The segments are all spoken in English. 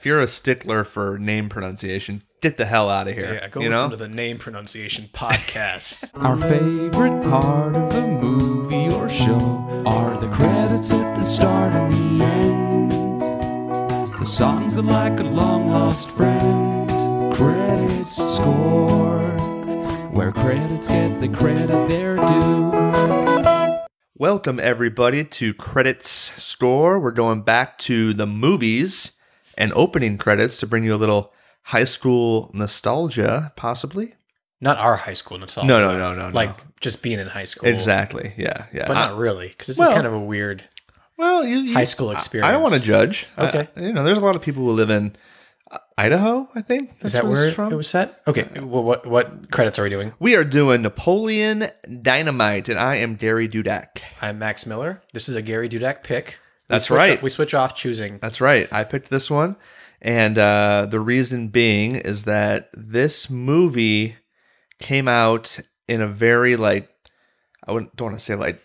if you're a stickler for name pronunciation, get the hell out of here. Yeah, go you listen know? to the name pronunciation podcast. Our favorite part of a movie or show are the credits at the start and the end. The songs are like a long lost friend. Credits score, where credits get the credit they're due. Welcome everybody to Credits Score. We're going back to the movies and opening credits to bring you a little high school nostalgia, possibly. not our high school nostalgia. No, no, no, no, no. Like just being in high school. Exactly. Yeah, yeah. But I- not really, because this Well- is kind of a weird. well, you, you- high school I- I, experience. don't want to judge. I- Okay. you know, there's a lot of people who live in uh, Idaho. I think That's Is that where it's from. it was set? Okay. Well, what what credits are we doing? we are doing Napoleon Dynamite, and I am Gary Dudak. I'm Max Miller. This is a Gary Dudek pick. We That's switch- right. we switch off choosing. That's right. I picked this one. And uh, the reason being is that this movie came out in a very, like, I wouldn't, don't want to say like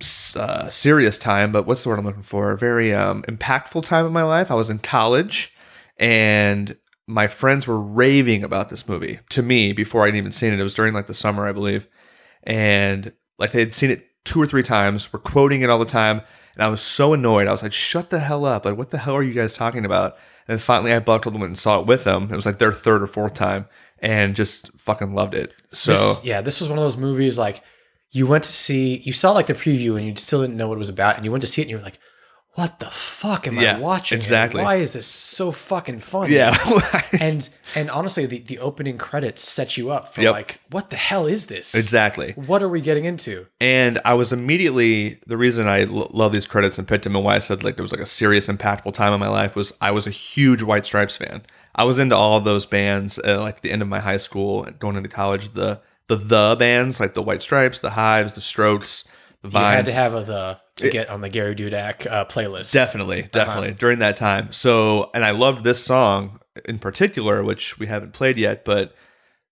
s- uh, serious time, but what's the word I'm looking for? A very um, impactful time in my life. I was in college and my friends were raving about this movie to me before I'd even seen it. It was during like the summer, I believe. And like they'd seen it two or three times, were quoting it all the time. And I was so annoyed. I was like, shut the hell up. Like, what the hell are you guys talking about? And finally I buckled and went and saw it with them. It was like their third or fourth time and just fucking loved it. So This- yeah, this was one of those movies like you went to see, you saw like the preview and you still didn't know what it was about, and you went to see it and you were like, "What the fuck am Yeah, I watching? here? exactly. Why is this so fucking funny?" yeah. and and honestly, the the opening credits set you up for Yep. like, "What the hell is this? Exactly. What are we getting into?" And I was immediately the reason I l- love these credits and picked them and why I said like there was like a serious impactful time in my life was I was a huge White Stripes fan. I was into all of those bands uh, like the end of my high school and going into college the the the bands like the White Stripes, the Hives, the Strokes, the You had Vines. to have a, the to get on the Gary Dudak uh, playlist. Definitely, definitely during that time. So, and I loved this song in particular, which we haven't played yet, but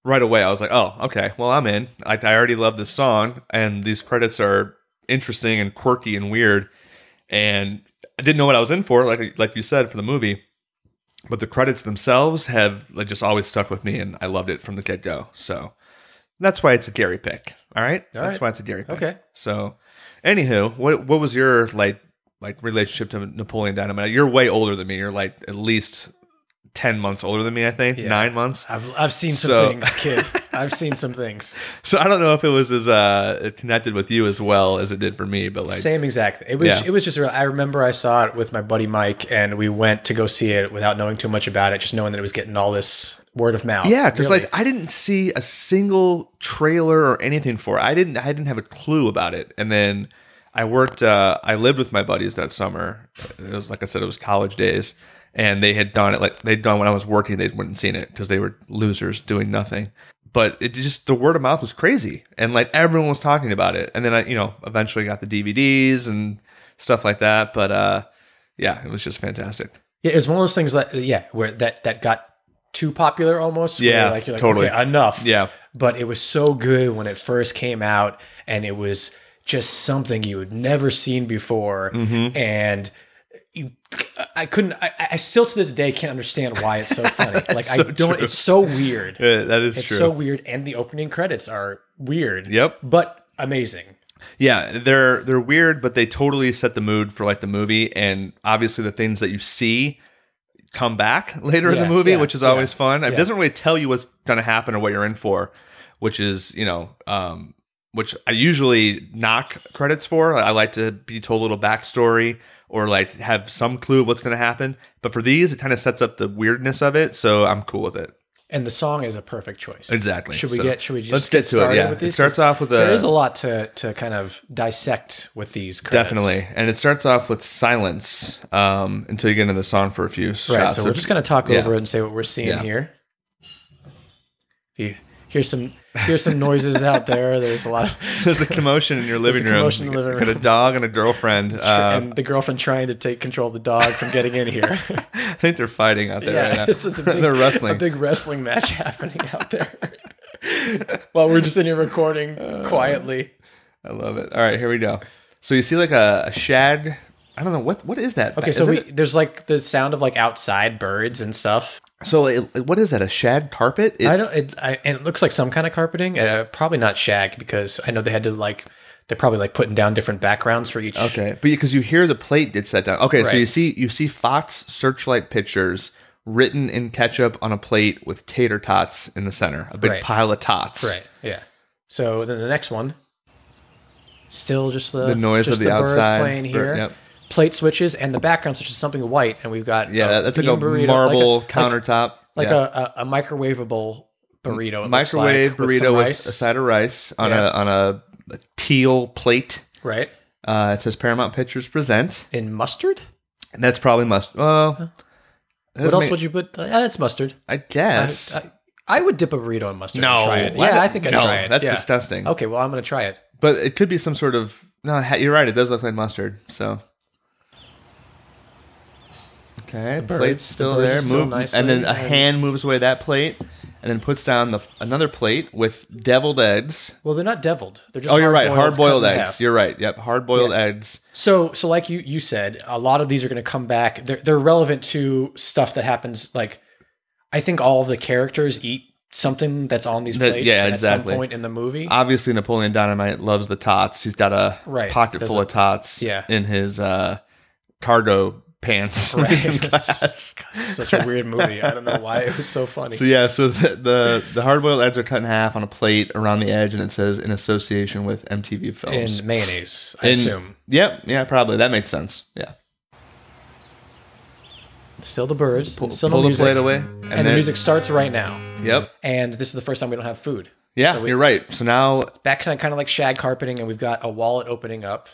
right away I was like, oh, okay, well, I'm in. I, I already love this song, and these credits are interesting and quirky and weird. And I didn't know what I was in for, like like you said, for the movie. But the credits themselves have like just always stuck with me, and I loved it from the get go. So that's why it's a Gary pick. All right, All that's right. why it's a Gary pick. Okay. So, anywho, what what was your like like relationship to Napoleon Dynamite? You're way older than me. You're like at least ten months older than me. I think Yeah. nine months. I've I've seen some So- things, kid. I've seen some things. So I don't know if it was as uh connected with you as well as it did for me, but like Same exact. It was Yeah. it was just real. I remember I saw it with my buddy Mike, and we went to go see it without knowing too much about it, just knowing that it was getting all this word of mouth. yeah, because Really. like I didn't see a single trailer or anything for it. I didn't I didn't have a clue about it, and then. I worked. Uh, I lived with my buddies that summer. It was like I said, it was college days, and they had done it. Like they'd done when I was working, they wouldn't seen it because they were losers doing nothing. But it just the word of mouth was crazy, and like everyone was talking about it. And then I, you know, eventually got the DVDs and stuff like that. But uh, yeah, it was just fantastic. yeah, it was one of those things that yeah, where that that got too popular almost. where Yeah, like you're like totally. okay, enough. Yeah, but it was so good when it first came out, and it was just something you had never seen before, Mm-hmm. and. You, I couldn't. I, I still to this day can't understand why it's so funny. Like I so don't. true. It's so weird. Uh, that is It's true. so weird, and the opening credits are weird. Yep. But amazing. Yeah, they're they're weird, but they totally set the mood for like the movie, and obviously the things that you see come back later in Yeah, the movie, yeah, which is yeah, always fun. It yeah. doesn't really tell you what's gonna happen or what you're in for, which is you know, um, which I usually knock credits for. I like to be told a little backstory or like have some clue of what's gonna happen. But for these, it kind of sets up the weirdness of it, so I'm cool with it. And the song is a perfect choice. Exactly. Should we So, get? Should we just let's get, to it? started Yeah, With it these? starts off uh, with a there is a lot to to kind of dissect with these. Credits. Definitely. And it starts off with silence um, until you get into the song for a few shots. Right. So we're just gonna talk yeah. over it and say what we're seeing Yeah. here. If you hear some hear some noises out there, there's a lot of There's a commotion in your living room. commotion in the living You got a room. dog and a girlfriend. Uh, and the girlfriend trying to take control of the dog from getting in here. I think they're fighting out there right now. it's, it's a big, they're wrestling. A big wrestling match happening out there. While we're just in here Uh, recording quietly. I love it. All right, here we go. So you see like a, a shag, I don't know what what is that. Okay, Is so we, it there's like the sound of like outside birds and a- stuff. so it, what is that? A shag carpet? It- I don't. It, I, and it looks like some kind of carpeting. Uh, probably not shag because I know they had to like. They're probably like putting down different backgrounds for each. Okay, but because you hear the plate gets set down. Okay, so Right. you see you see Fox Searchlight pictures written in ketchup on a plate with tater tots in the center, a big Right. pile of tots. Right. Yeah. So then the next one, still just the, The noise just of the, outside birds playing bird- here. yep. Plate switches and the background switches something white, and we've got Yeah, that- that's like a bean burrito- marble like a- countertop. like, yeah. a, a, a microwavable burrito. it looks microwave like, with burrito some with, rice, a side of rice on Yeah. a on a, a teal plate. right Uh, it says Paramount Pictures present, in mustard. and that's probably must. Well, What else would you put? Uh, that's mustard. I guess. I, I, I would dip a burrito in mustard. and no, try it. yeah, I think I'd no, try it. That's yeah. disgusting. Okay, well, I'm gonna try it. But it could be some sort of no. ha- You're right. It does look like mustard. So okay, birds- plate's the still birds are there. still move, nicely- and then a and- hand moves away that plate, and then puts down the another plate with deviled eggs. Well, they're not deviled. They're just Oh, you're right. hard-boiled, Hard boiled cut in eggs. half. You're right. Yep. Hard boiled eggs. So, so like you you said, a lot of these are going to come back. They're they're relevant to stuff that happens. Like, I think all of the characters eat something that's on these That- plates yeah, at exactly. some point in the movie. Obviously, Napoleon Dynamite loves the tots. He's got a Right. pocket There's full a- of tots yeah. in his uh, cargo pants. when he's in right? class. Such a weird movie. I don't know why it was so funny. So yeah, so the the, the hard boiled eggs are cut in half on a plate around the edge, and it says in association with MTV Films. in mayonnaise, I And- assume. Yep. Yeah. Probably that makes sense. Yeah. Still the birds. Pull, still pull no the music. plate away, and, the then- music starts right now. Yep. And this is the first time we don't have food. Yeah, So we- you're right. So now, Back kind of kind of like shag carpeting, and we've got a wallet opening up.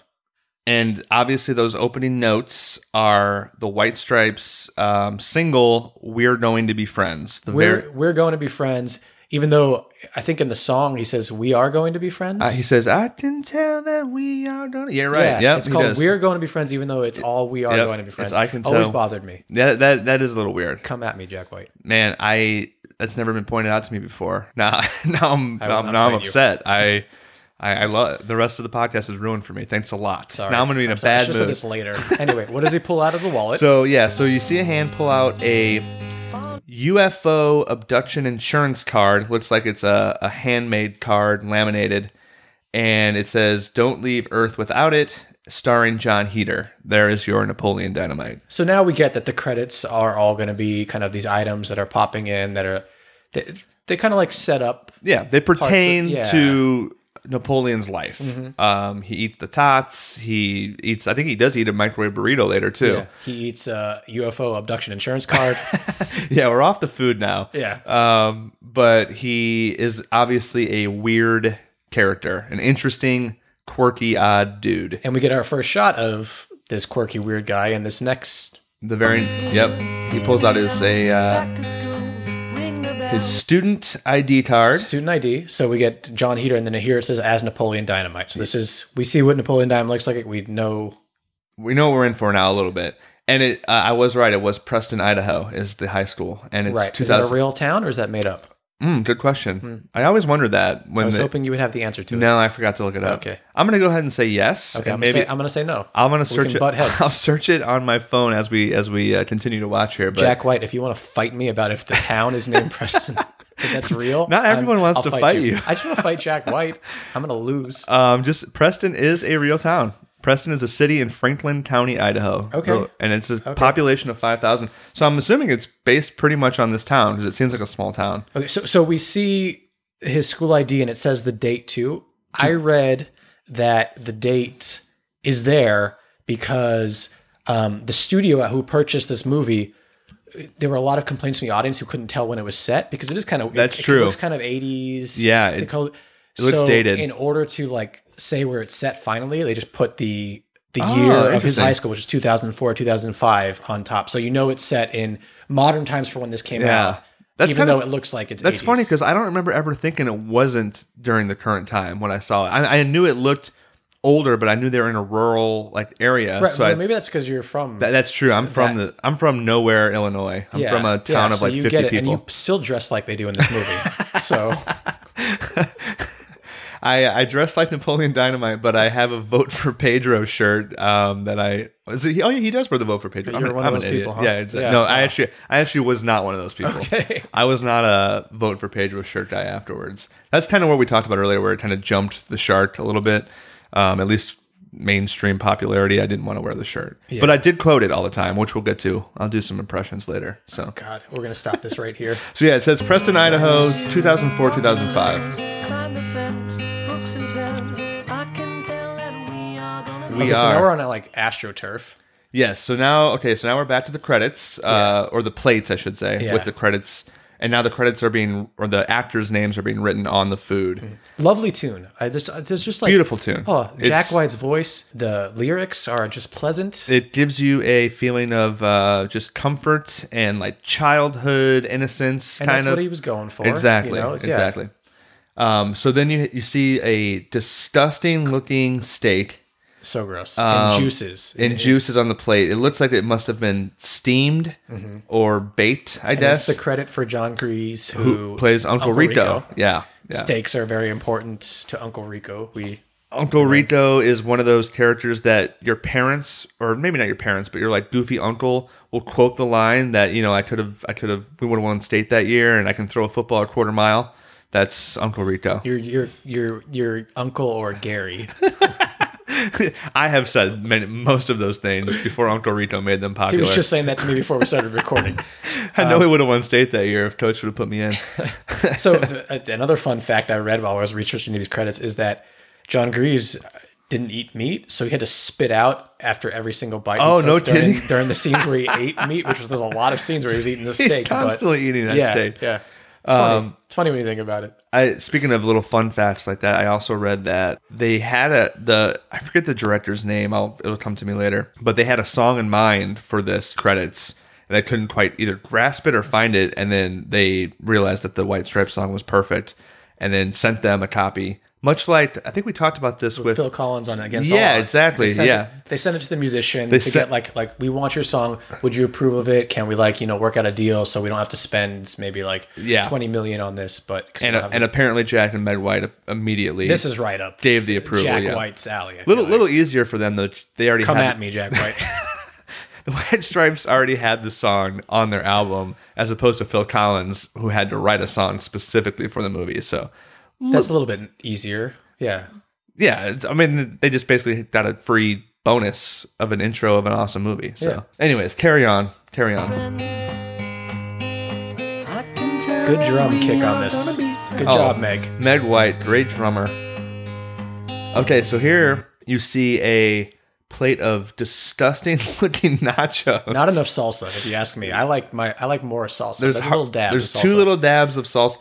and obviously those opening notes are the White Stripes um, single "We're Going to Be Friends." The We're very we're going to be friends, even though I think in the song he says we are going to be friends. uh, he says, "I can tell that we are going." Yeah, right. Yeah, it's called "We're Going to Be Friends," even though it's all we are Yep, going to be friends. it's I Can always Tell. bothered me. That, that that is a little weird. Come at me, Jack White. man, I that's never been pointed out to me before. Now, now I'm I now, will I'm- not now I'm fight you. upset. I, I, I love the rest of the podcast is ruined for me. Thanks a lot. Sorry. Now I'm gonna be in I'm a sorry. I bad should've said mood. this later. anyway, what does he pull out of the wallet? So yeah, so you see a hand pull out a UFO abduction insurance card. Looks like it's a, a handmade card, laminated, and it says "Don't leave Earth without it." Starring John Heater. There is your Napoleon Dynamite. So now we get that the credits are all going to be kind of these items that are popping in that are they, they kind of like set up. Yeah, they pertain yeah. Mm-hmm. to Napoleon's life. Um, he eats the tots. He eats. I think he does eat a microwave burrito later too. He eats a UFO abduction insurance card. Yeah, we're off the food now. yeah. Um, but he is obviously a weird character, an interesting, quirky, odd dude. And we get our first shot of this quirky weird guy and this next The very yep, he pulls out his a uh, Back to school, ring the bell. his student ID card. student ID. So we get John Heater, and then here it says as Napoleon Dynamite. So this is we see what Napoleon Dynamite looks like. We know we know what we're in for now a little bit. And it, uh, I was right. It was Preston, Idaho, is the high school, and it's right. Is that 2000. a real town or is that made up? Mm, good question. I always wondered that Hmm. I when was the, hoping you would have the answer to it. no, I forgot to look it up. Okay. I'm gonna go ahead and say yes. Okay, and I'm, maybe gonna say, I'm gonna say no. I'm gonna can search it. butt heads. I'll search it on my phone as we as we uh, continue to watch here. But Jack White, if you want to fight me about if the town is named Preston, if that's real. Not everyone wants to fight you. I just want to fight Jack White. I'm gonna lose. um, just Preston is a real town. Preston is a city in Franklin County, Idaho. Okay. Real- and it's a population of five thousand. So I'm assuming it's based pretty much on this town because it seems like a small town. Okay, so so we see his school ID and it says the date too. I read that the date is there because um, the studio who purchased this movie, there were a lot of complaints from the audience who couldn't tell when it was set because it is kind of That's it, true. It looks kind of eighties. Yeah, it- it, looks dated. In order to like say where it's set, finally they just put the the Oh, year of his interesting. high school, which is 2004, 2005, on top. So you know it's set in modern times for when this came Yeah. out. That's even kind though of- it looks like it's That's 80s. funny because I don't remember ever thinking it wasn't during the current time when I saw it. I, I knew it looked older, but I knew they were in a rural like area. Right, so well, I, maybe that's because you're from that, that's true. I'm from the I'm from nowhere, Illinois. I'm yeah, from a town yeah, of so like you 50 get it, people. and you still dress like they do in this movie. so I, I dress like Napoleon Dynamite, but I have a vote for Pedro shirt um, that I is he, oh yeah he does wear the vote for Pedro. But you're an- one of those an idiot. people, huh? Yeah, exactly. Yeah. no, I actually I actually was not one of those people. Okay. I was not a vote for Pedro shirt guy afterwards. That's kind of what we talked about earlier, where it kind of jumped the shark a little bit. Um, at least mainstream popularity. I didn't want to wear the shirt, but I did quote it all the time, which we'll get to. I'll do some impressions later. So God, we're gonna stop this right here. so yeah, it says Preston, Idaho, 2004 2005. Climb the fence, books and pens. I can tell that we are gonna We okay, so now are. we're on a, like AstroTurf. Yes. So now, okay. So now we're back to the credits, uh, or the plates, I should say, Yeah. with the credits. And now the credits are being, or the actors' names are being written on the food. Mm. Lovely tune. I, there's, uh, there's just like Beautiful tune. Oh, Jack It's- White's voice. The lyrics are just pleasant. It gives you a feeling of uh, just comfort and like childhood innocence, and kind that's of. what he was going for. you exactly. know? It's- yeah. exactly. Um, so then you you see a disgusting looking steak So gross. Um, and juices. and It- juice is on the plate. It looks like it must have been steamed or baked, I Mm-hmm. and that's guess. the credit for John Grease, who, who plays Uncle, Rico. Yeah. yeah. Steaks are very important to Uncle Rico. We Uncle Rito is one of those characters that your parents, or maybe not your parents, but your like goofy uncle will quote the line that you know I could have, I could have, we would have won state that year, and I can throw a football a quarter mile. That's Uncle Rico. your your your your uncle or Gary. I have said many, most of those things before Uncle Rito made them He popular. was just uh, saying that to me before we started recording. I know we would have won state that year if Coach would have put me in. So uh, another fun fact I read while I was researching these credits is that John Grease uh, didn't eat meat, so he had to spit out after every single bite. he Oh, no took during, kidding. During the scenes where he ate meat, which was there's a lot of scenes where he was eating the He's steak. but- constantly eating that yeah, steak. Um, Yeah, it's, funny. it's funny when you think about it. I speaking of little fun facts like that, I also read that they had a the I forget the director's name. I'll it'll come to me later, but they had a song in mind for this credits, and they couldn't quite either grasp it or find it, and then they realized that the White Stripes song was perfect, and then sent them a copy. Much like I think we talked about this with, Phil Collins on Against All Yeah, Odds. exactly, They sent yeah. it, they sent it to the musician to sent- get like like we want your song. Would you approve of it? Can we like you know work out a deal so we don't have to spend maybe like Yeah. twenty million on this? But 'cause we and don't have and the- apparently Jack and Med White immediately this is right up gave the approval. Jack yeah. White's alley. I Little feel like. little easier for them though. They already come had, at me, Jack White. the White Stripes already had the song on their album, as opposed to Phil Collins, who had to write a song specifically for the movie. So, That's a little bit easier. Yeah. yeah, it's, I mean, they just basically got a free bonus of an intro of an awesome movie. So, Yeah. anyways, carry on, carry on. friends. I can tell Good that drum we kick on are this. gonna be friends. Good Oh. job, Meg. Meg White, great drummer. Okay, so here you see a plate of disgusting-looking nachos. Not enough salsa, if you ask me. I like my I like more salsa. There's, a har- little dab. There's of two salsa. little dabs of sauce.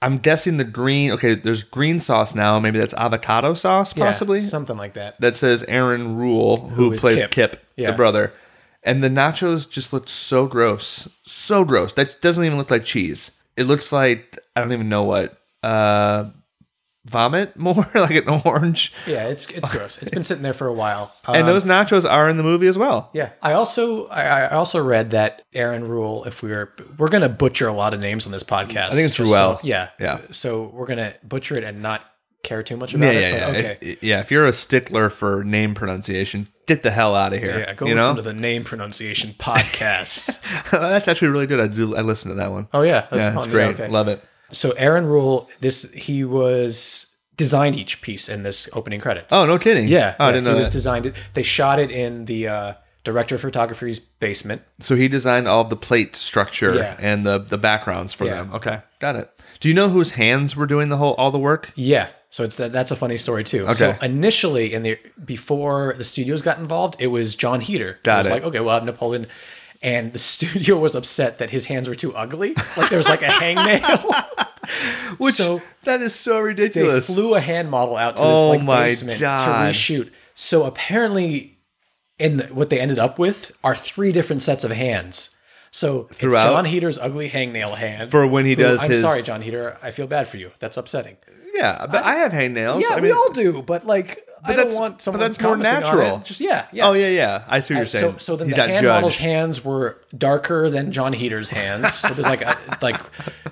I'm guessing the green. Okay, there's green sauce now. Maybe that's avocado sauce, Yeah, possibly. something like that. that says Aaron Rule, who, Who is plays Kip. Kip, Yeah. the brother. And the nachos just look so gross, so gross. That doesn't even look like cheese. It looks like I don't even know what. Uh, vomit more like an orange. Yeah, it's it's gross. It's been sitting there for a while. And Um, those nachos are in the movie as well. Yeah, I also I, I also read that Aaron Rule. If we were we're gonna butcher a lot of names on this podcast, I think it's just Ruel. So, yeah, Yeah. So we're gonna butcher it and not care too much Yeah, about yeah, it. yeah. but Okay. It- yeah, if you're a stickler for name pronunciation, get the hell out of here. yeah, go you listen know? to the name pronunciation podcast. That's actually really good. I do. I listen to that one. oh yeah, that's yeah, fun. it's great. okay. Love it. So Aaron Rule, this he was designed each piece in this opening credits. Oh no, kidding. yeah, Oh, I yeah, didn't know he was that. designed it. They shot it in the uh, director of photography's basement. so he designed all the plate structure Yeah. and the the backgrounds for Yeah. them. Okay, got it. Do you know whose hands were doing the whole all the work? Yeah. So it's that that's a funny story too. So Okay. initially in the before the studios got involved, it was John Heater. Got was it. like, okay, we'll have Napoleon and the studio was upset that his hands were too ugly. Like there was like a hangnail. Which so that is so they ridiculous. flew a hand model out to this Oh like my basement God. to reshoot. So apparently, in the, what they ended up with are three different sets of hands. So Throughout? it's John Heater's ugly hangnail hand For when he who- does I'm his- sorry, John Heater. I feel bad for you. That's upsetting. yeah, but I, have hangnails. Yeah, Oh, I we all do, but like I don't that's- want but someone. that's more commenting on natural. it. Just yeah, yeah. Oh yeah, yeah. I see what you're saying. Uh, So, so then He the got hand model's judged. hands were darker than John Heater's hands. So there's like a, like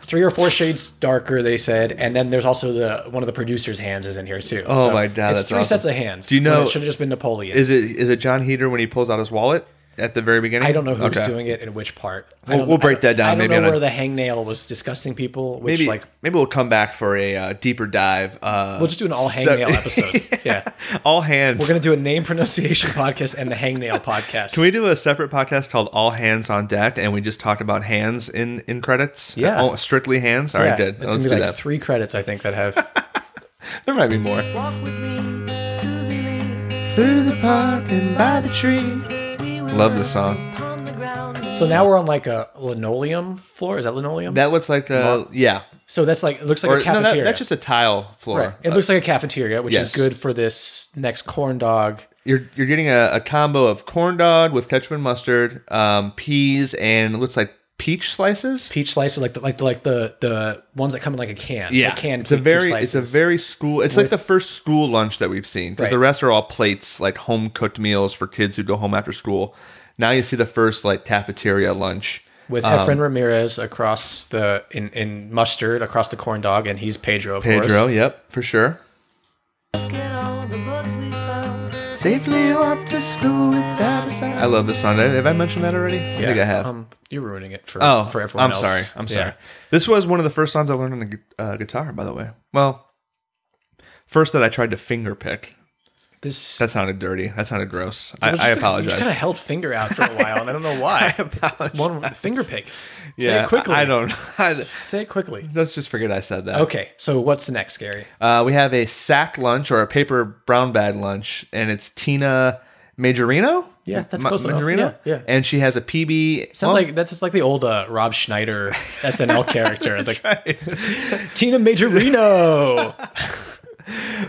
three or four shades darker. They said, and then there's also the one of the producer's hands is in here too. Oh my God, it's that's three awesome. sets of hands. Do you when know- it should have just been Napoleon? Is it is it John Heater when he pulls out his wallet at the very beginning? I don't know who's Okay. doing it and which part. I We'll- don't- we'll I break don't- that down I don't maybe on know a- where the hangnail was disgusting people. Which Maybe like maybe we'll come back for a uh, deeper dive. Uh, we'll just do an all so- hangnail episode. Yeah, all hands. we're gonna do a name pronunciation podcast and the hangnail podcast. Can we do a separate podcast called All Hands on Deck and we just talk about hands in in credits? Yeah. Oh, strictly hands. All right, Yeah, good. it's gonna Let's be do like that. Three credits, I think, that have There might be more. Walk with me, Susie Lee. Through the park and by the tree. We will Love this rest song. upon the ground. So now we're on like a linoleum floor. Is that linoleum? That looks like a yeah. so that's like it looks like Or, a no, that- cafeteria. that's just a tile floor. right. It looks like a cafeteria, which Yes. is good for this next corn dog. you're you're getting a, a combo of corn dog with ketchup and mustard, um, peas, and it looks like peach slices. Peach slices, like the like the, like the the ones that come in like a can. yeah, like canned it's a peach very it's slices. a very school. It's like with- the first school lunch that we've seen because the Right. rest are all plates, like home cooked meals for kids who go home after school. Now you see the first like cafeteria lunch. with um, Efren Ramirez across the in in mustard across the corn dog, and he's Pedro. Of Pedro, course. yep, for sure. Look at all the bugs we found. Safely off to school without a sound. I love this song. Have I mentioned that already? I think I have. Um, you're ruining it for Oh, for everyone I'm else. sorry. I'm Yeah. sorry. This was one of the first songs I learned on the gu- uh, guitar, by the way. Well, first that I tried to finger pick. This That sounded dirty. That sounded gross. I, Well, I just the- You apologize. just kind of held finger out for a while, and I don't know why. It's One finger pick. Say yeah, it quickly. I, I don't. I, Say it quickly. let's just forget I said that. Okay, so what's next, Gary? Uh, we have a sack lunch or a paper brown bag lunch, and it's Tina Majorino. Yeah, that's Ma- close enough. Majorino? Yeah, yeah. And she has a PB. Sounds well, like that's just like the old uh, Rob Schneider SNL character, like right. Tina Majorino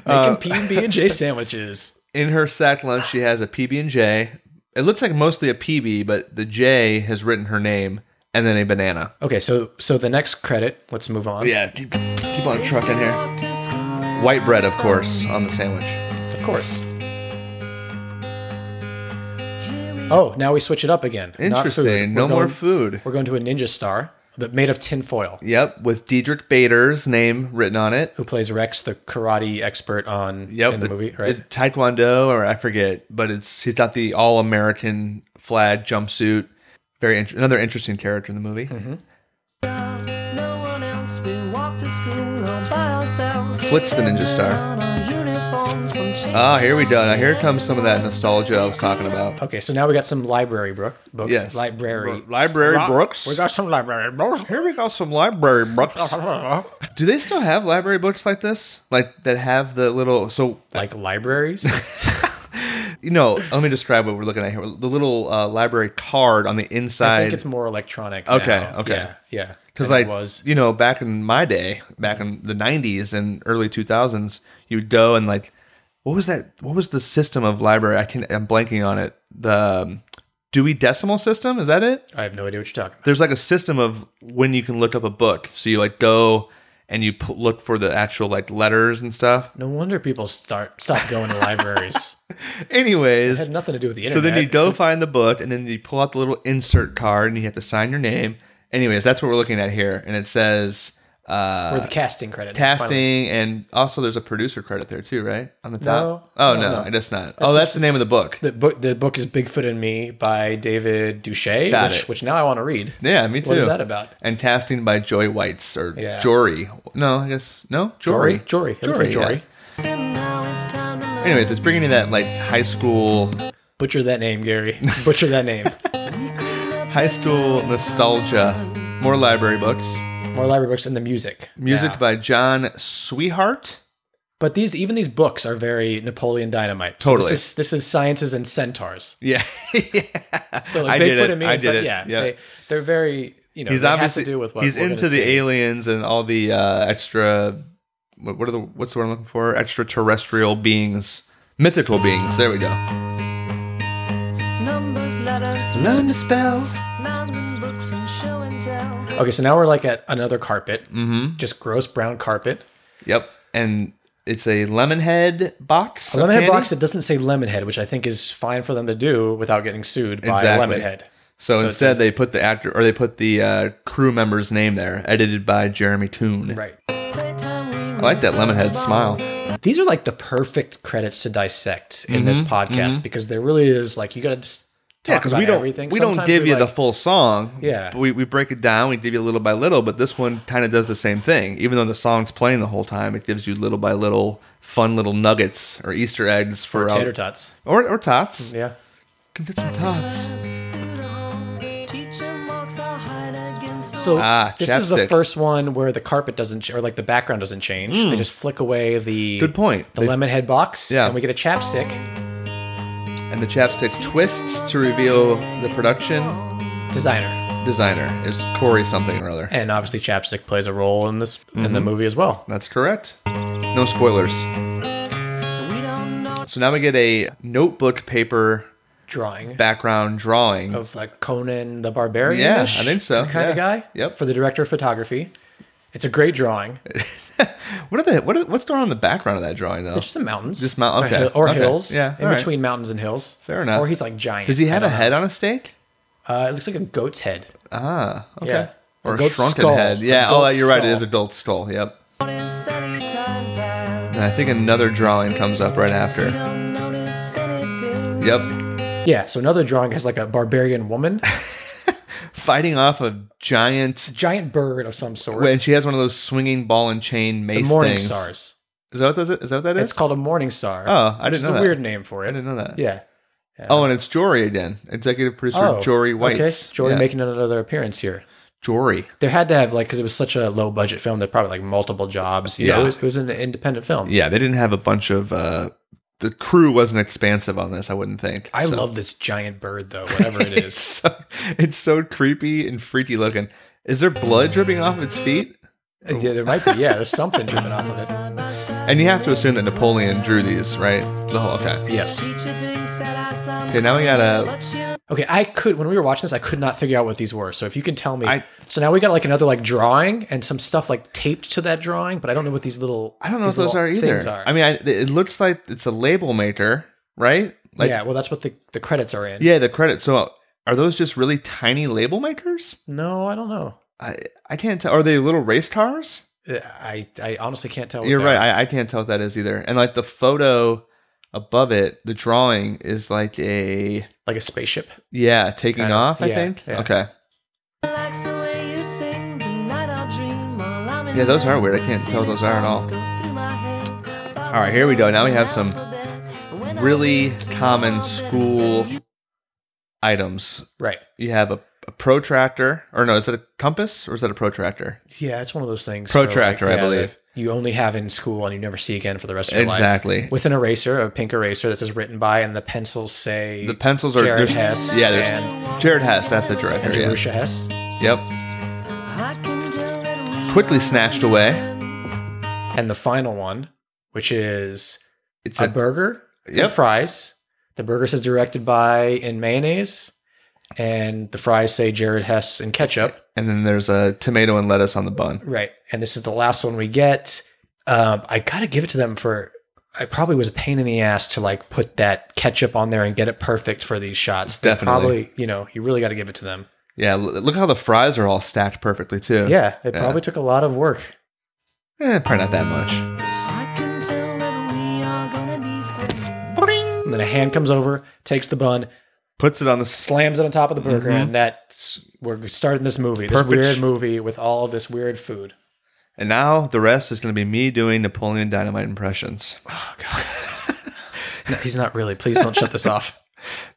Uh, making P and B and J sandwiches. in her sack lunch she has a PB and J. It looks like mostly a PB, but the J has written her name and then a banana. Okay, so so the next credit. Let's move on. Yeah, keep, keep on Safely trucking here. walk to school. White bread, of course, on the sandwich. of course. Here we Oh, now we switch it up again. Not food. Interesting. No We're more going- food. We're going to a ninja star, but made of tin foil. Yep, with Diedrich Bader's name written on it. who plays Rex, the karate expert on Yep, in the, movie, right? It's Taekwondo, or I forget, but it's he's got the all-American flag jumpsuit. Very int- another interesting character in the movie. Mm-hmm. go. No one else. We walk to school all by ourselves. Flips the ninja star. On our uniforms from chasing Oh, here we go. Now here comes some of that nostalgia I was talking about. okay, so now we got some library brook books. Yes. library. Bro- library Rock- Brooks. We got some library books. Here we got some library books. Do they still have library books like this? Like that have the little so like libraries. you know, let me describe what we're looking at here. The little uh, library card on the I think inside it's more electronic. Okay, now. okay. yeah, yeah. cuz than it like was you know, back in my day, back in the 90s and early 2000s, you would go and like what was that what was the system of library? I can I'm blanking on it. The um, Dewey Decimal System, is that it? I have no idea what you're talking about. there's like a system of when you can look up a book. So you like go and you pu- look for the actual like letters and stuff. No wonder people start stop going to libraries. It Anyways, had nothing to do with the so internet. then you go find the book and then you pull out the little insert card and you have to sign your name. Anyways, that's what we're looking at here, and it says or uh, the casting credit. finally. casting, and also there's a producer credit there too, right? On the top. No, oh no, no, no. that's not. oh, that's just- the name of the book. The book, the book is Bigfoot and Me by David Duché, Got which, it. which now I want to read. yeah, me too. What is that about? And casting by Joy Whites or Yeah. Jory. No, I guess no Jory. Jory, It looks like yeah. Jory. And now it's time to learn. Anyways, it's bringing you that like high school, Butcher that name, Gary. Butcher that name. high school nostalgia. More library books. More library books and the music. Music now. by John Sweetheart. But these, even these books, are very Napoleon Dynamite. So Totally. This is, this is sciences and centaurs. Yeah, So I like did Bigfoot it. and me, I it's did like, it. yeah, Yeah. They, they're very, you know, he's they have obviously to do with what he's we're gonna into the see. aliens and all the uh, extra. What, what are the what's the word I'm looking for? Extraterrestrial beings, mythical beings. There we go. Numbers, letters, Learn to spell. nouns and books and show and tell. Okay, so now we're like at another carpet, mm-hmm. just gross brown carpet. Yep, and it's a lemonhead box. A of lemonhead candy. box that doesn't say lemonhead, which I think is fine for them to do without getting sued by Exactly. lemonhead. So, So it instead, says- they put the actor or they put the uh, crew member's name there, edited by Jeremy Coon. Right. I like that Lemonhead smile. These are like the perfect credits to dissect in this podcast because there really is like you got to just Mm-hmm, Yeah, talk because about we don't everything. we don't Sometimes give we, you the like- full song. Yeah. but we, we break it down. We give you little by little. But this one kind of does the same thing. Even though the song's playing the whole time, it gives you little by little fun little nuggets or Easter eggs for out- tater tots. or or tots. Yeah. Come get some tots. So Ah, this is the chapstick. first one where the carpet doesn't, ch- or like the background doesn't change. They just flick away the Hmm. Good point. the They- lemon head box. Yeah. and we get a chapstick. And the chapstick twists to reveal the production Designer, designer is Corey something or other. and obviously chapstick plays a role in this in the Mm-hmm. movie as well. That's correct. No spoilers. So now we get a notebook paper Drawing background drawing. of like Conan the Barbarian. Yeah, I think so, Kind yeah. of guy. Yep. For the director of photography, it's a great drawing. What are the what are, what's going on in the background of that drawing though? It's just the mountains, Just mount- Or okay, hill- or, okay, hills. yeah, in all right. between mountains and hills. Fair enough. Or he's like giant. Does he I have a don't know. head on a stake? Uh, it looks like a goat's head. Ah, okay. Yeah. Or A a goat's shrunken skull. head. A Yeah. Oh, goat's you're right. It is a skull. gold skull. Yep. And I think another drawing comes up right after. Yep. Yeah. So another drawing has like a barbarian woman. Fighting off a giant. giant bird of some sort. When she has one of those swinging ball and chain the mace morning things. stars. Is that what that is? Is that what that is? It's called a morning star. Oh, I which didn't is know a that. weird name for it. I didn't know that. Yeah. Oh, Oh, and it's Jory again. Executive producer Jory White. Okay, Jory yeah. making another appearance here. Jory. There had to have like because it was such a low budget film. There probably like multiple jobs. You Yeah. know, it was, it was an independent film. Yeah, they didn't have a bunch of. uh The crew wasn't expansive on this. I wouldn't think. I so. love this giant bird though. Whatever it It's is, so, it's so creepy and freaky looking. Is there blood dripping off its feet? yeah, there might be. Yeah, there's something driven off of it. And you have to assume that Napoleon drew these, right? The whole okay. Yes. Okay, now we got a Okay, I could when we were watching this, I could not figure out what these were. So if you can tell me, I- so now we got like another like drawing and some stuff like taped to that drawing, but I don't know what these little I don't know these if those little are either. things are. I mean, I, it looks like it's a label maker, right? Like yeah, yeah, well, that's what the, the credits are in. the credit. So are those just really tiny label makers? No, I don't know. I I can't tell. Are they little race cars? I I honestly can't tell. what You're they right. are. I, I can't tell what that is either. And like the photo above it, the drawing is like a Like a spaceship. yeah taking Kinda, off. I yeah, think yeah. okay. Yeah, those are weird. I can't tell those are at all. All right, here we go. Now we have some really common school items. Right. You have a, a protractor, or no, is that a compass or is that a protractor? Yeah, it's one of those things. Protractor, I believe. that You only have in school and you never see again for the rest of your life. Exactly. With an eraser, a pink eraser that says written by, and the pencils say The pencils are Jared there's- Hess Yeah, there's and- Jared Hess. That's the and director. Yeah. Jerusha Hess. Yep. Quickly snatched away. And the final one, which is It's a a, burger Yep. and fries. The burger says directed by in mayonnaise, and the fries say Jared Hess in ketchup. and then there's a tomato and lettuce on the bun. Right. And this is the last one we get. Um, I got to give it to them for, I probably was a pain in the ass to like put that ketchup on there and get it perfect for these shots. They Definitely. Probably, you know, you really got to give it to them. Yeah, l- look how the fries are all stacked perfectly too. Yeah. It Yeah. probably took a lot of work. Eh, probably not that much. And then a hand comes over, takes the bun, Puts it on the s- slams it on top of the burger, Mhm. and that's, we're starting this movie, Perfect. this weird movie with all this weird food. and now the rest is going to be me doing Napoleon Dynamite impressions. Oh, God. No, he's not really. Please don't shut this off.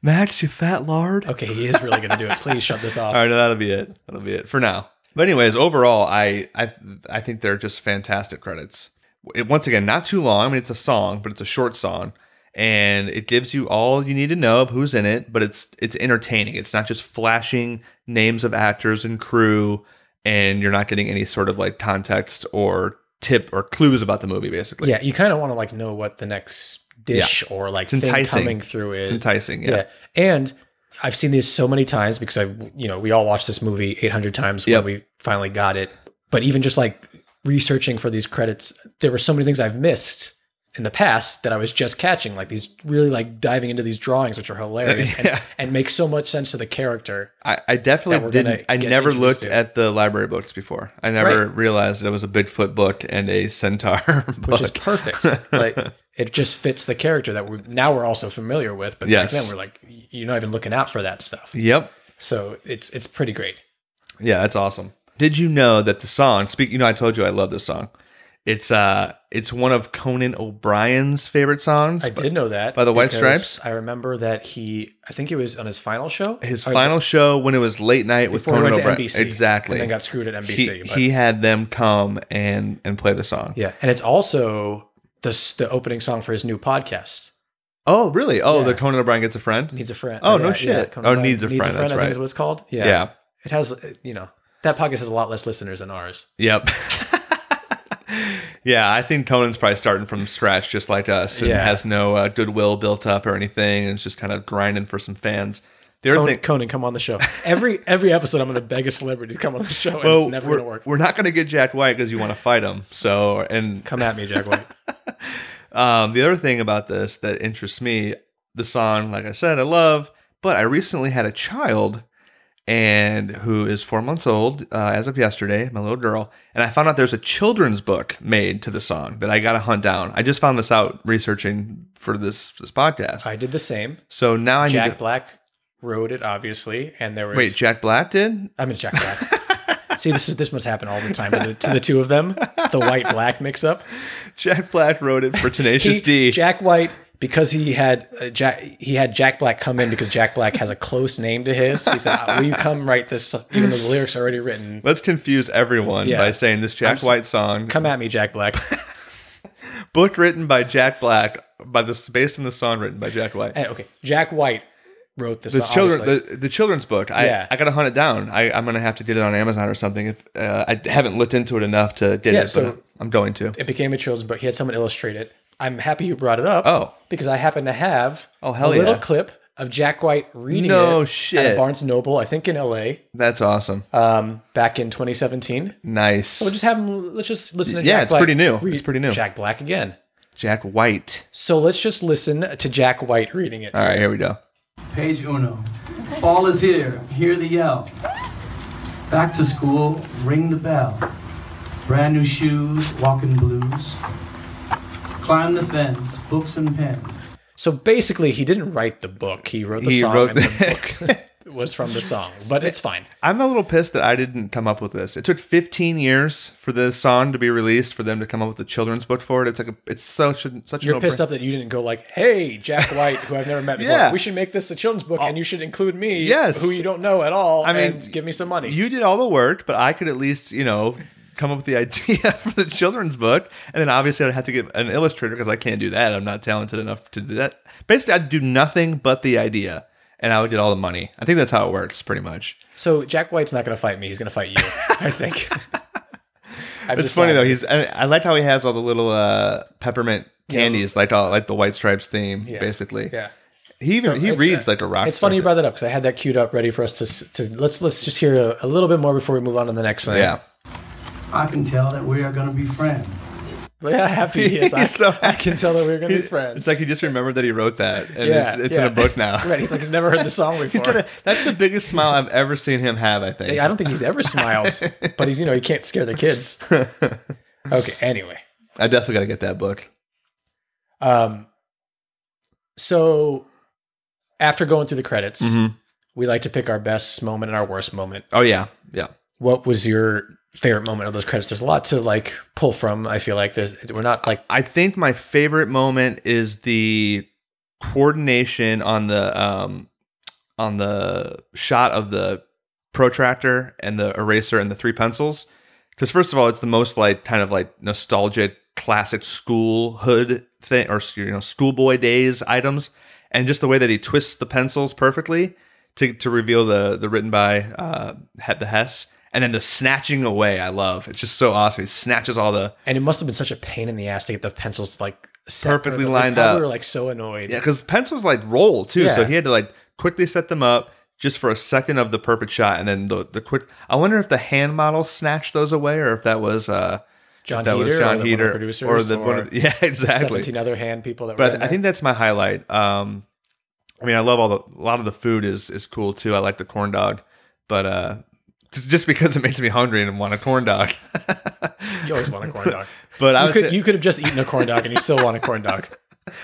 Max, you fat lard. Okay, he is really going to do it. Please shut this off. All right, that'll be it. That'll be it for now. But anyways, overall, I I I think they're just fantastic credits. It, once again, not too long. I mean, it's a song, but it's a short song, and it gives you all you need to know of who's in it. But it's it's entertaining. It's not just flashing names of actors and crew, and you're not getting any sort of like context or tip or clues about the movie. Basically, yeah, you kind of want to like know what the next dish or like It's thing enticing. coming through is. it's enticing. yeah. Yeah, and I've seen these so many times because I've you know we all watched this movie 800 times Yep. when we finally got it. But even just like researching for these credits, there were so many things I've missed in the past that I was just catching, like these really like diving into these drawings, which are hilarious and, Yeah. and make so much sense to the character. I, I definitely we're gonna didn't. I get never introduced looked to. at the library books before. I never realized it was a Bigfoot book and a centaur book. which is perfect. like it just fits the character that we're now we're also familiar with, but Yes. back then we're like y- you're not even looking out for that stuff. yep. So it's it's pretty great. Yeah, that's awesome. Did you know that the song? Speak. You know, I told you I love this song. It's uh, it's one of Conan O'Brien's favorite songs. I but did know that by the White because Stripes? I remember that he I think it was on his final show. His Or final show when it was late night with before he Conan went to O'Brien. NBC, exactly. and then got screwed at NBC. he, but, he had them come and and play the song. yeah, and it's also the s- the opening song for his new podcast. Oh, really? Oh, Yeah. the Conan O'Brien gets a friend. Needs a friend. Uh, Oh, no Yeah, yeah, shit. Conan Oh, O'Brien. Needs a Friend, that's I think right. is what it's called. Yeah. yeah. it has uh, you know that podcast has a lot less listeners than ours. Yep. yeah, I think Conan's probably starting from scratch, just like us, and Yeah. has no uh, goodwill built up or anything, and is just kind of grinding for some fans. The other Conan, thing, Conan, come on the show. Every every episode, I'm going to beg a celebrity to come on the show, and well, it's never we're, going to work. we're not going to get Jack White because you want to fight him. So, and Come at me, Jack White. um, the other thing about this that interests me, the song, like I said, I love, but I recently had a child. And who is four months old uh, as of yesterday, my little girl. And I found out there's a children's book made to the song that I got to hunt down. I just found this out researching for this this podcast. I did the same. so now I Jack need to. Black wrote it, obviously, and there was Wait, Jack Black did? I mean Jack Black. See, this is this must happen all the time to the, to the two of them, the white black mix up. Jack Black wrote it for Tenacious He- D. Jack White because he had uh, Jack he had Jack Black come in because Jack Black has a close name to his. He said, "Will you come write this?" song?" Even though the lyrics are already written. Let's confuse everyone Yeah. by saying this Jack s- White song Come at me, Jack Black. book written by Jack Black by the based on the song written by Jack White. Eh, okay, Jack White wrote this. the song, children obviously. the, the children's book. I Yeah. I gotta hunt it down. I I'm gonna have to get it on Amazon or something. If, uh, I haven't looked into it enough to get Yeah, it, so- but I'm going to. it became a children's book. He had someone illustrate it. I'm happy you brought it up. Oh. because I happen to have Oh, hell a little yeah. clip of Jack White reading No it at shit. a Barnes Noble, I think in L.A. That's awesome. Um, back in 2017. nice. We'll just have him. Let's just listen to Yeah, Jack it's Black pretty new. read It's pretty new. Jack Black again. Jack White. So let's just listen to Jack White reading it. All right, here we go. Page uno. Fall is here. Hear the yell. Back to school. Ring the bell. Brand new shoes. Walking blues. Climb the fence. Books and pens. So basically, he didn't write the book. He wrote the He song. wrote and the, the- book was from the song, but it's fine. I'm a little pissed that I didn't come up with this. It took 15 years for the song to be released for them to come up with a children's book for it. It's like a, it's such a, such You're a pissed up that you didn't go like, "Hey, Jack White, who I've never met before. Yeah. We should make this a children's book, and you should include me, Yes. who you don't know at all. I I mean, mean, and give me some money." You did all the work, but I could at least, you know, come up with the idea for the children's book. And then obviously I'd have to get an illustrator because I can't do that. I'm not talented enough to do that. Basically, I'd do nothing but the idea and I would get all the money. I think that's how it works pretty much. so Jack White's not going to fight me. He's going to fight you. I think. I'm It's just funny saying. though. He's I, I like how he has all the little uh, peppermint Yeah. candies, like all like the White Stripes theme, basically. yeah. He even So he it's, reads uh, like a rock. It's funny you star. brought that up because I had that queued up, ready for us to s- to let's let's just hear a, a little bit more before we move on to the next thing. Yeah. I can tell that we are going to be friends. Look how happy he is. I, He's so I can tell that we were going to He- be friends. It's like he just remembered that he wrote that, and it's, it's in yeah. a book now. right, he's like he's never heard the song He's before. got a- that's the biggest smile I've ever seen him have. I think. I don't think he's ever smiled, but he's you know he can't scare the kids. Okay, anyway. I definitely got to get that book. Um, so after going through the credits, Mm-hmm. we like to pick our best moment and our worst moment. Oh yeah, yeah. What was your favorite moment of those credits? There's a lot to like pull from. I feel like there's we're not like I think my favorite moment is the coordination on the um on the shot of the protractor and the eraser and the three pencils. Because first of all, it's the most like kind of like nostalgic classic schoolhood thing or you know schoolboy days items, and just the way that he twists the pencils perfectly to to reveal the the written by uh Het- the Hess. And then the snatching away, I love. It's just so awesome. He snatches all the and it must have been such a pain in the ass to get the pencils like separate. Perfectly Like, lined we probably up. were like so annoyed. Yeah, because pencils like roll too, so Yeah. he had to like quickly set them up just for a second of the perfect shot, and then the the quick. I wonder if the hand model snatched those away, or if that was uh John that Heater, was John or the Heater producers, or the one of the, yeah exactly. seventeen other hand people that. were but in I think that's my highlight. Um, I mean, I love all the a lot of the food is is cool too. I like the corn dog, but uh, j- just because it makes me hungry and want a corn dog. there. you always want a corn dog. but I you was could you could have just eaten a corn dog and you still want a corn dog.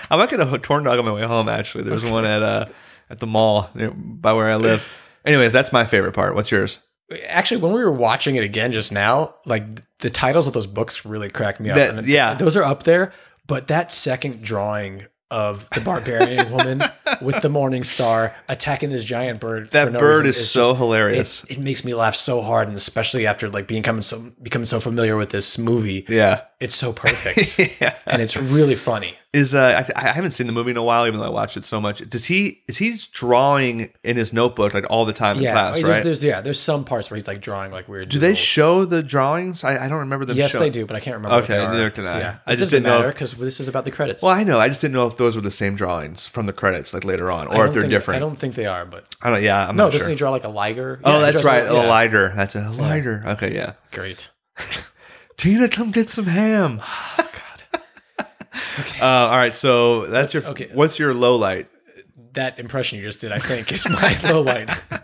I might get a corn dog on my way home. Actually, there's one at uh at the mall near- by where I live. Anyways, that's my favorite part. What's yours? Actually, when we were watching it again just now, like the titles of those books really cracked me up. That- yeah. those are up there. But that second drawing of the barbarian woman with the morning star attacking this giant bird. That for no bird reason is so just- hilarious. It, it makes me laugh so hard, and especially after like being coming so becoming so familiar with this movie, Yeah. it's so perfect yeah. and it's really funny. Is uh, I, th- I haven't seen the movie in a while, even though I watched it so much. Does he is he's drawing in his notebook like all the time in yeah, Oh, class, there's, right? there's yeah, there's some parts where he's like drawing like weird. do they doodles. show the drawings? I, I don't remember them. Yes, showing. they do, but I can't remember. what Okay, they are. neither can I. Yeah, I it just didn't doesn't know if- matter because this is about the credits. Well, I know. I just didn't know if those were the same drawings from the credits, like later on, I or if don't they're think- different. I don't think they are, but I don't. Yeah, I'm no, not doesn't sure. he draw like a liger? oh, Yeah, he that's draws right. like- A yeah. lighter. That's a lighter. Okay, yeah. Great. Tina, come get some ham. Ah, God. uh, all right, so that's your. okay. What's your low light? That impression you just did, I think, is my low light. I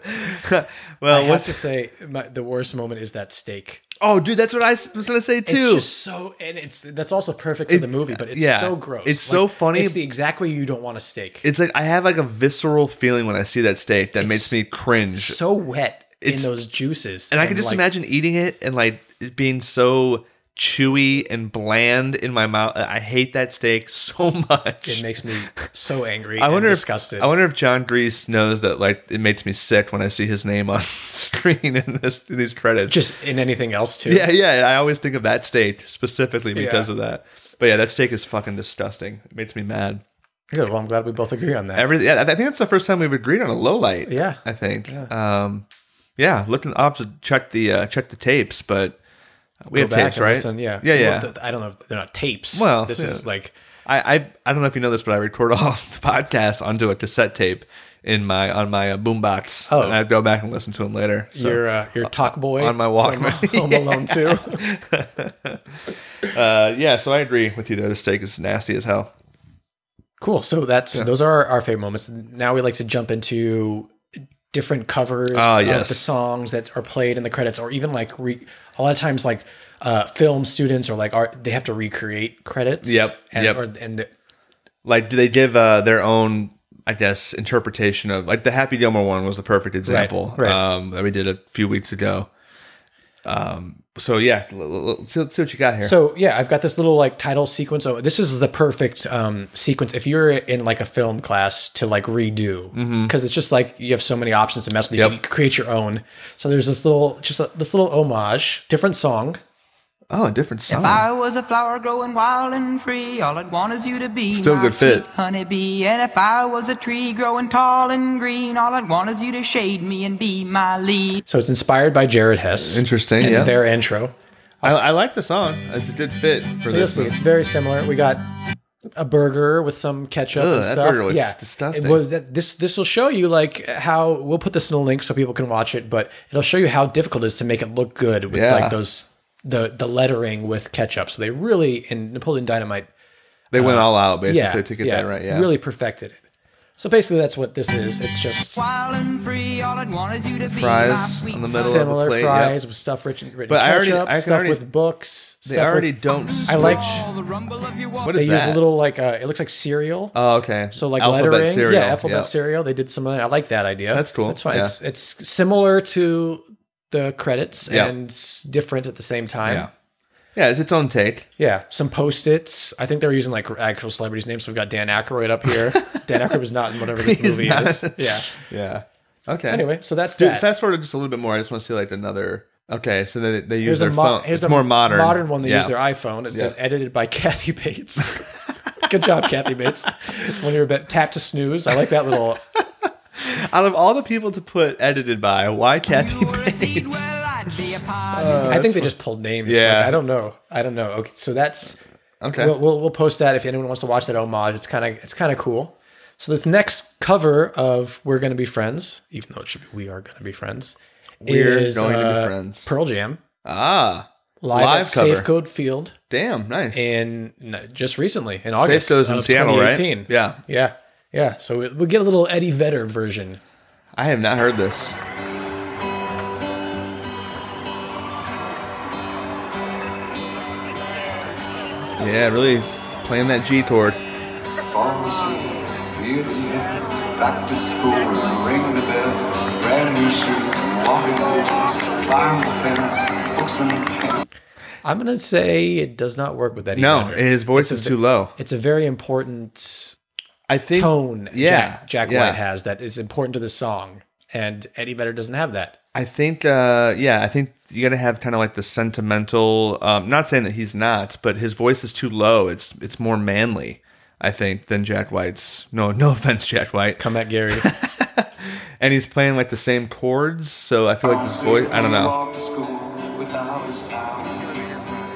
Uh, well, have what's to say, my, the worst moment is that steak. oh, dude, that's what I s- was gonna say too. It's just so, and it's that's also perfect for the movie, but it's yeah. so gross. It's so funny. It's the exact way you don't want a steak. It's like I have like a visceral feeling when I see that steak that makes me cringe. so wet in It's- those juices, and I can just like, imagine eating it and like it being so chewy and bland in my mouth. I hate that steak so It much. makes me so angry. I wonder and if disgusted. I wonder if John Grease knows that like it makes me sick when I see his name on screen in this in these credits. just in anything else too. yeah, yeah. I always think of that steak specifically because Yeah. of that. But yeah, that steak is fucking disgusting. It makes me mad. Good. Well, I'm glad we both agree on that. Every yeah, I think that's the first time we've agreed on a low light. Yeah. I think. Um, yeah, looking I'll have to check the uh, check the tapes, but we Go have tapes, and right? listen, Yeah. yeah, Well, yeah. th- I don't know if they're not tapes. Well, this yeah. is like I, I I don't know if you know this, but I record all the podcasts onto a cassette tape in my on my uh, boombox, Oh. and I go back and listen to them later. So. your uh, your talk boy on my Walkman. from Home Alone too. uh, yeah, so I agree with you there. The steak is nasty as hell. Cool. So that's those are our, our favorite moments. Now we like to jump into different covers Ah, of yes. the songs that are played in the credits, or even like re- a lot of times like uh, film students or like art they have to recreate credits. Yep, And, yep. Or, and the, Like, do they give uh, their own, I guess, interpretation of like the Happy Gilmore one was the perfect example right. Um, that we did a few weeks ago. Um, so yeah, l- l- l- see, see what you got here. So yeah, I've got this little like title sequence. Oh, this is the perfect um, sequence if you're in like a film class to like redo because it's just like you have so many options to mess with. You Mm-hmm. Yep. can create your own. So there's this little just a, this little homage, different song. oh, a different If song. I was a flower growing wild and free, all I'd want is you to be Still my good fit. sweet honeybee. And if I was a tree growing tall and green, all I'd want is you to shade me and be my lead. So it's inspired by Jared Hess. Interesting, And yeah. their intro. I, I like the song. It's a good fit for So you'll this. see, it's very similar. We got a burger with some ketchup Ugh, and that stuff. burger looks yeah, disgusting. It- well, that, this this will show you like how we'll put this in a link so people can watch it, but it'll show you how difficult it is to make it look good with Yeah. like those the the lettering with ketchup. So they really in Napoleon Dynamite, They went all out basically yeah, to get yeah, that right. Yeah, really perfected it. So basically, that's what this is. It's just Wild and free, all I'd want is you to be my Fries sweet on the middle. sweet- similar plate, fries with stuff rich and written But I already- ketchup, I can stuff already- with books. They stuff already with, don't. I like. All the rumble of your What walk. is They use that? a little like uh, it looks like cereal. Oh, okay. So like Alphabet lettering, cereal. yeah, alphabet Yep. cereal. They did some. of that. I like that idea. That's cool. That's fine. Yeah. It's, it's similar to the credits Yeah. and s- different at the same time. Yeah. Yeah. Yeah, it's its own take. Some post its. I think they're using like actual celebrities' names. So we've got Dan Aykroyd up here. Dan Aykroyd was not in whatever this He's movie not. is. Yeah. Yeah. Okay. Anyway, so that's Dude, that. fast forward just a little bit more. I just want to see like another. Okay, so they they use Here's their a mo- phone. here's It's a more modern. modern one. They yeah. use their iPhone. It says Yeah. edited by Kathy Bates. Good job, Kathy Bates. It's one of your bet tap to snooze. I like that little Out of all the people to put edited by, why Kathy Or a seed, Bates? well, I'd be a pod. Uh, I think they just pulled names. Yeah. Like, I don't know. I don't know. Okay, so that's Okay. We'll, we'll we'll post that if anyone wants to watch that homage. It's kind of it's kind of cool. So this next cover of "We're Gonna Be Friends," even though it should be "We Are Gonna Be Friends," We're Going to Be uh, Friends. Pearl Jam. ah, live, Live at cover. Safeco Field Damn, nice. in n- just recently in August. Safeco's in of Seattle, right? 2018. Yeah. yeah, yeah. So we- we'll get a little Eddie Vedder version. I have not heard this. Yeah, really playing that G chord. Fall asleep, beer eating, back to school, ring the bell, brand new shoes, walking blues, climb the fence, books and pens. I'm gonna say it does not work with Eddie. No, Vedder. his voice is too low. It's a very important I think tone Yeah, Jack, Jack yeah. White has that is important to the song, and Eddie Vedder doesn't have that. I think, uh, yeah, I think you got to have kind of like the sentimental. Um, not saying that he's not, but his voice is too low. It's it's more manly, I think, than Jack White's. No, no offense, Jack White. Come at Gary. And he's playing like the same chords, so I feel like this voice. I don't know. Walk to school without a sound.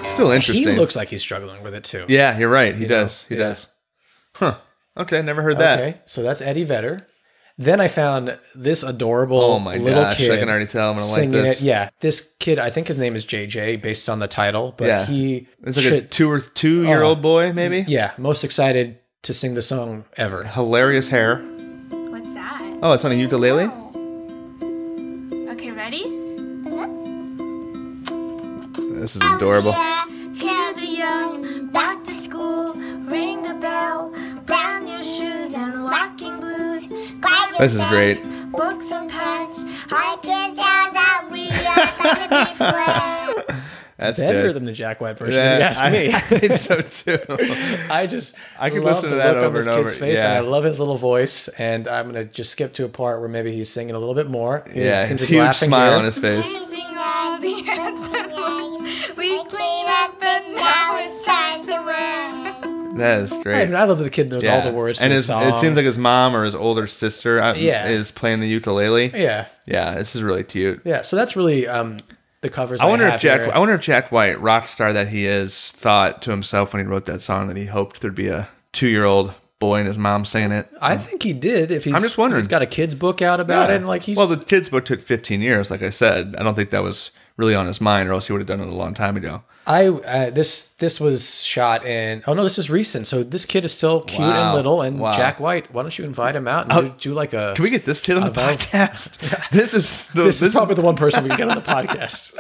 Still he interesting. looks like he's struggling with it too. Yeah, you're right. He know? does. He Yeah. does. Huh. Okay, never heard that. Okay, so that's Eddie Vedder. Then I found this adorable Oh my little gosh, I kid. can already tell I'm gonna like singing this. It. Yeah, this kid, I think his name is JJ based on the title, but Yeah. he It's like a should- two or two year old boy, maybe. Oh. yeah, most excited to sing the song ever. Hilarious hair. What's that? Oh, it's on a ukulele. Okay, ready? This is adorable. Yeah, hear the young, back to school, ring the bell, brand new shoes and walking blues. Climb the This is great. fence, Books and pens, I can tell that we are gonna be friends. That's Better good. than the Jack White version, Yeah, yeah, I, if you I ask me. think so too. I just I could love listen the to that look on over this and kid's over, face, and yeah. I love his little voice. And I'm gonna just skip to a part where maybe he's singing a little bit more. He yeah, seems to be huge laughing smile here. on his face. Choosing all the answer marks. We clean up and now it's time to wear. That is I, great. mean, I love that the kid knows Yeah. all the words to and the his, song. it seems like his mom or his older sister uh, Yeah. is playing the ukulele. yeah, Yeah, this is really cute. yeah. So that's really um, the covers. I, I wonder if have Jack. here. I wonder if Jack White, rock star that he is, thought to himself when he wrote that song that he hoped there'd be a two-year-old boy and his mom singing it. I think he did. If he's, I'm just wondering. he's got a kids book out about Yeah. it, and like he's well, the kids book took 15 years, like I said. I don't think that was really on his mind, or else he would have done it a long time ago. I uh, this this was shot in oh no this is recent so this kid is still cute Wow. and little and Wow. Oh, Jack White why don't you invite him out and do, do like a Can we get this kid on the I've- podcast? This is the, this, is probably the one person we can get on the podcast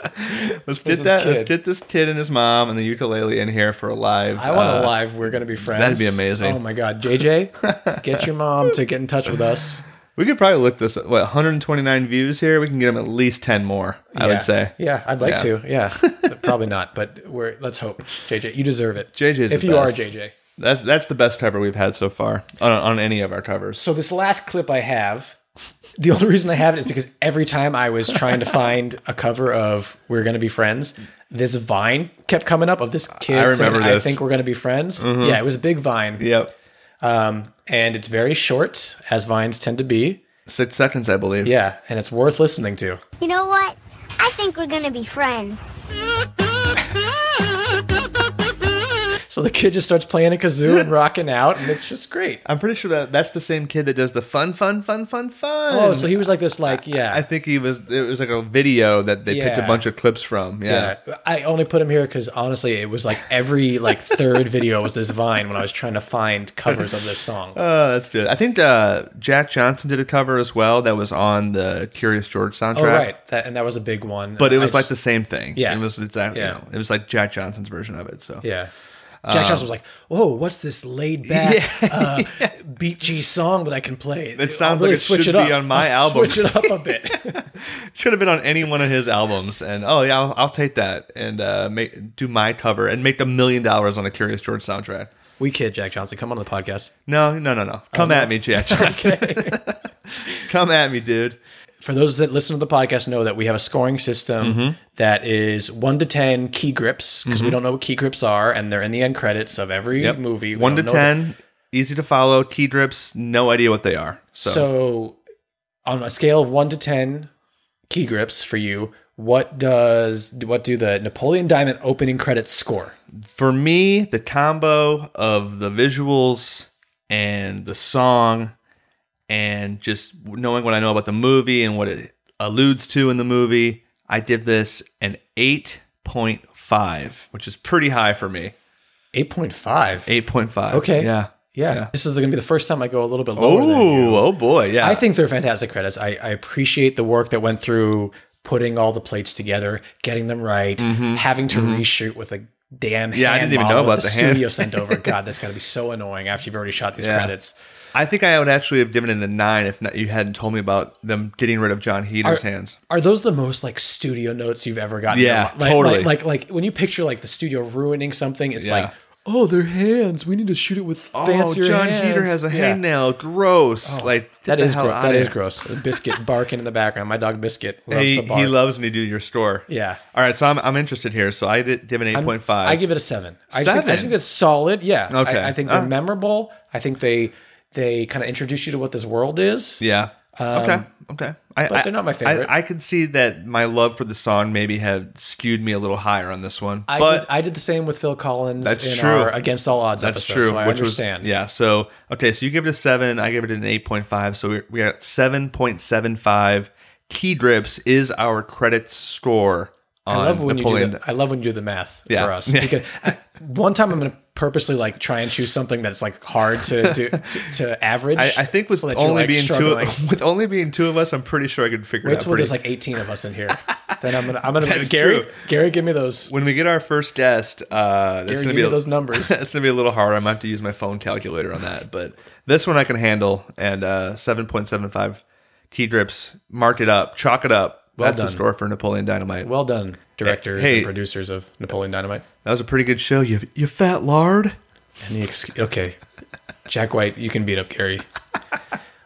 let's this get that. kid. Let's get this kid and his mom and the ukulele in here for a live. I want uh, a live we're gonna be that'd friends be amazing. oh my god JJ get your mom to get in touch with us We could probably look this. up. What 129 views here? We can get him at least 10 more. I Yeah. would say. yeah I'd like Yeah. to yeah probably not but we're let's hope JJ you deserve it JJ's if the you best. are JJ That's that's the best cover we've had so far on, on any of our covers. So this last clip I have, the only reason I have it is because every time I was trying to find a cover of "We're Gonna Be Friends," this Vine kept coming up of this kid I saying, remember "I this. Mm-hmm. think we're gonna be friends." Yeah, it was a big Vine, Um, Yep, and it's very short, as Vines tend to be. six seconds, I believe. Yeah, and it's worth listening to. You know what? I think we're gonna be friends. So the kid just starts playing a kazoo and rocking out, and it's just great. I'm pretty sure that that's the same kid that does the fun, fun, fun, fun, fun. Oh, so he was like this, like yeah. I think he was. It was like a video that they picked a Yeah. bunch of clips from. Yeah. Yeah. I only put him here because honestly, it was like every like third video was this Vine when I was trying to find covers of this song. Oh, that's good. I think uh, Jack Johnson did a cover as well that was on the Curious George soundtrack. Oh right, that and that was a big one. But it I was like the just- same thing. Yeah. It was exactly. Yeah. You know, it was like Jack Johnson's version of it. So yeah. Um, Jack Johnson was like, "Whoa, what's this laid back uh, beat G song that I can play? It sounds like it should be on my album." Switch it up a bit. should have been on any one of his albums. And oh yeah, I'll, I'll take that and uh, make do my cover and make a million dollars on a Curious George soundtrack. we kid Jack Johnson. Come on the podcast. No, no, no, no. Oh, Come at me, Jack Johnson. Come at me, dude. For those that listen to the podcast, know that we have a scoring system Mm-hmm. that is one to ten key grips because we don't know what key grips are, and they're in the end credits of every Yep. movie. We One to don't know the- ten, easy to follow. Key drips, no idea what they are. So, So. on a scale of one to ten key grips for you, what does what do the Napoleon Diamond opening credits score? for me, the combo of the visuals and the song, and just knowing what I know about the movie and what it alludes to in the movie, I give this an eight point five. 8.5, which is pretty high for me. 8.5. 8.5. Yeah. Okay. Yeah. Yeah. This is going to be the first time I go a little bit lower. than you. Oh, oh boy. Yeah. I think they're fantastic credits. I, I appreciate the work that went through putting all the plates together, getting them right, having to reshoot with a damn Mm-hmm. Yeah, I hand didn't even model know that about the the hand. studio sent over. God, that's got to be so annoying after you've already shot these Yeah. credits. I think I would actually have given it a nine if not, you hadn't told me about them getting rid of John Heater's hands. Are those the most like studio notes you've ever gotten? Yeah, Like- like, totally. Like, like when you picture like the studio ruining something, it's Yeah. like, oh, their hands. We need to shoot it with fancier oh, John hands. Heater has a Yeah. Oh, hangnail. Gross. like get That the is hell gross. outta That is here. gross. Biscuit barking in the background. My dog Biscuit loves He, to bark. he loves when you do your store. yeah. All right, so I'm, I'm interested here. So I did give an I'm- 8.5. I give it a seven. I, just think, I Seven? just think that's solid. Yeah. I- Okay. Ah. I, think they're All right. memorable. I think they they kind of introduce you to what this world is. Yeah. okay. Okay. I, um, but I- they're not my favorite. I, I could see that my love for the song maybe had skewed me a little higher on this one, I, but did, I did the same with Phil Collins That's in true. our Against All Odds that's episode. true. So I which understand. was yeah. So okay, so you give it a seven. I give it an eight point five. So we we are at seven point seven five. Key drips is our credits score on I love when Napoleon. you do the, I love when you do the math Yeah. for us Yeah. because I- one time I'm going to purposely like try and choose something that's like hard to to, to, to average. I, I think with so that you're, only like, being two struggling. with only being two of us, I'm pretty sure I could figure it Wait out. till pretty- there's like 18 of us in here. then I'm gonna I'm gonna That's Gary true. Gary give me those when we get our first guest, uh, that's Gary gonna give be me a- those numbers. that's gonna be a little hard. I'm gonna have to use my phone calculator on that, but this one I can handle. And uh, 7.75 key drips, mark it up, chalk it up. that's the done. score for Napoleon Dynamite. Well done, directors Hey. and producers of Napoleon Dynamite. that was a pretty good show. You you fat lard. And the ex- okay, Jack White, you can beat up Gary.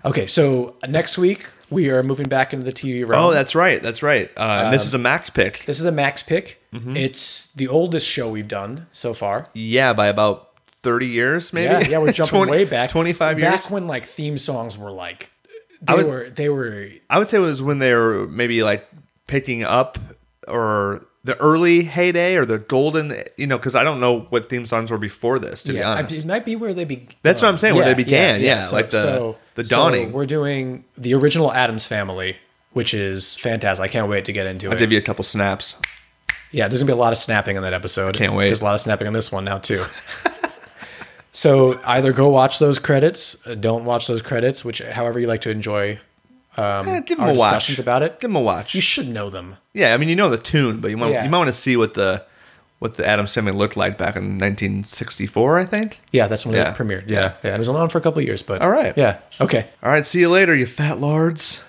Okay, so next week we are moving back into the TV realm. Oh, that's right. That's right. Uh, and this is a max pick. Um, this is a Max pick. It's the oldest show we've done so far. Mm-hmm. yeah, by about 30 years, maybe. Yeah, yeah, we're jumping 20 way back. 25 back years. when like theme songs were like they would- were they were I would say it was when they were maybe like picking up or the early heyday or the golden, you know, because I don't know what theme songs were before this, to be yeah, I- honest. it might be where they be. uh, That's what I'm saying, where they began, yeah, So- like the- so- the so dawning. we're doing the original Adams Family, which is fantastic. I can't wait to get into I'll it. give you a couple snaps. Yeah, there's gonna be a lot of snapping in that episode. Can't wait. There's a lot of snapping on this one now too. so either go watch those credits, uh, don't watch those credits, which however you like to enjoy. Um, Eh, give them our a watch. discussions about it. Give them a watch. You should know them. yeah, I mean, you know the tune, but you might Yeah. you might want to see what the what the Adams family looked like back in 1964, I think. Yeah, that's when Yeah. it premiered. Yeah, yeah. It was on for a couple of years, but All right. Yeah. Okay. All right, see you later, you fat lards.